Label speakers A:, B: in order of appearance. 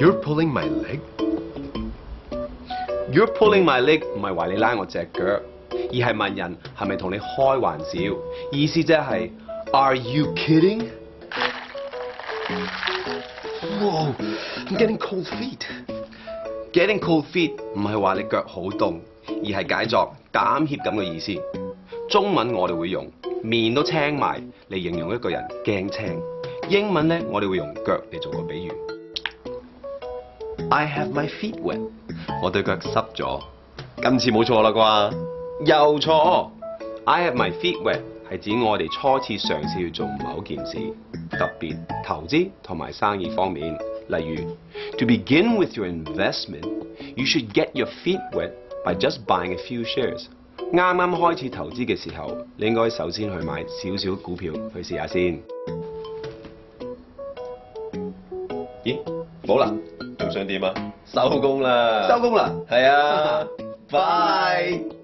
A: You're pulling my leg?
B: You're pulling my leg 唔係話你拉我隻腳，而係問人係咪同你開玩笑，意思即係 Are you kidding？
A: Whoa, I'm getting cold feet.
B: Getting cold feet 唔係話你腳好凍，而係解作膽怯咁嘅意思。中文我哋會用面都青埋嚟形容一個人驚青，英文呢，我哋會用腳嚟做個比喻。I have my feet wet，我對腳濕咗。今次冇錯啦啩？又錯。I have my feet wet 係指我哋初次嘗試去做某件事，特別投資同埋生意方面。例如，To begin with your investment, you should get your feet wet by just buying a few shares。啱啱開始投資嘅時候，你應該首先去買少少股票去試下先。咦，冇啦，仲想點啊？
A: 收工啦。
B: 收工啦，
A: 係啊，拜。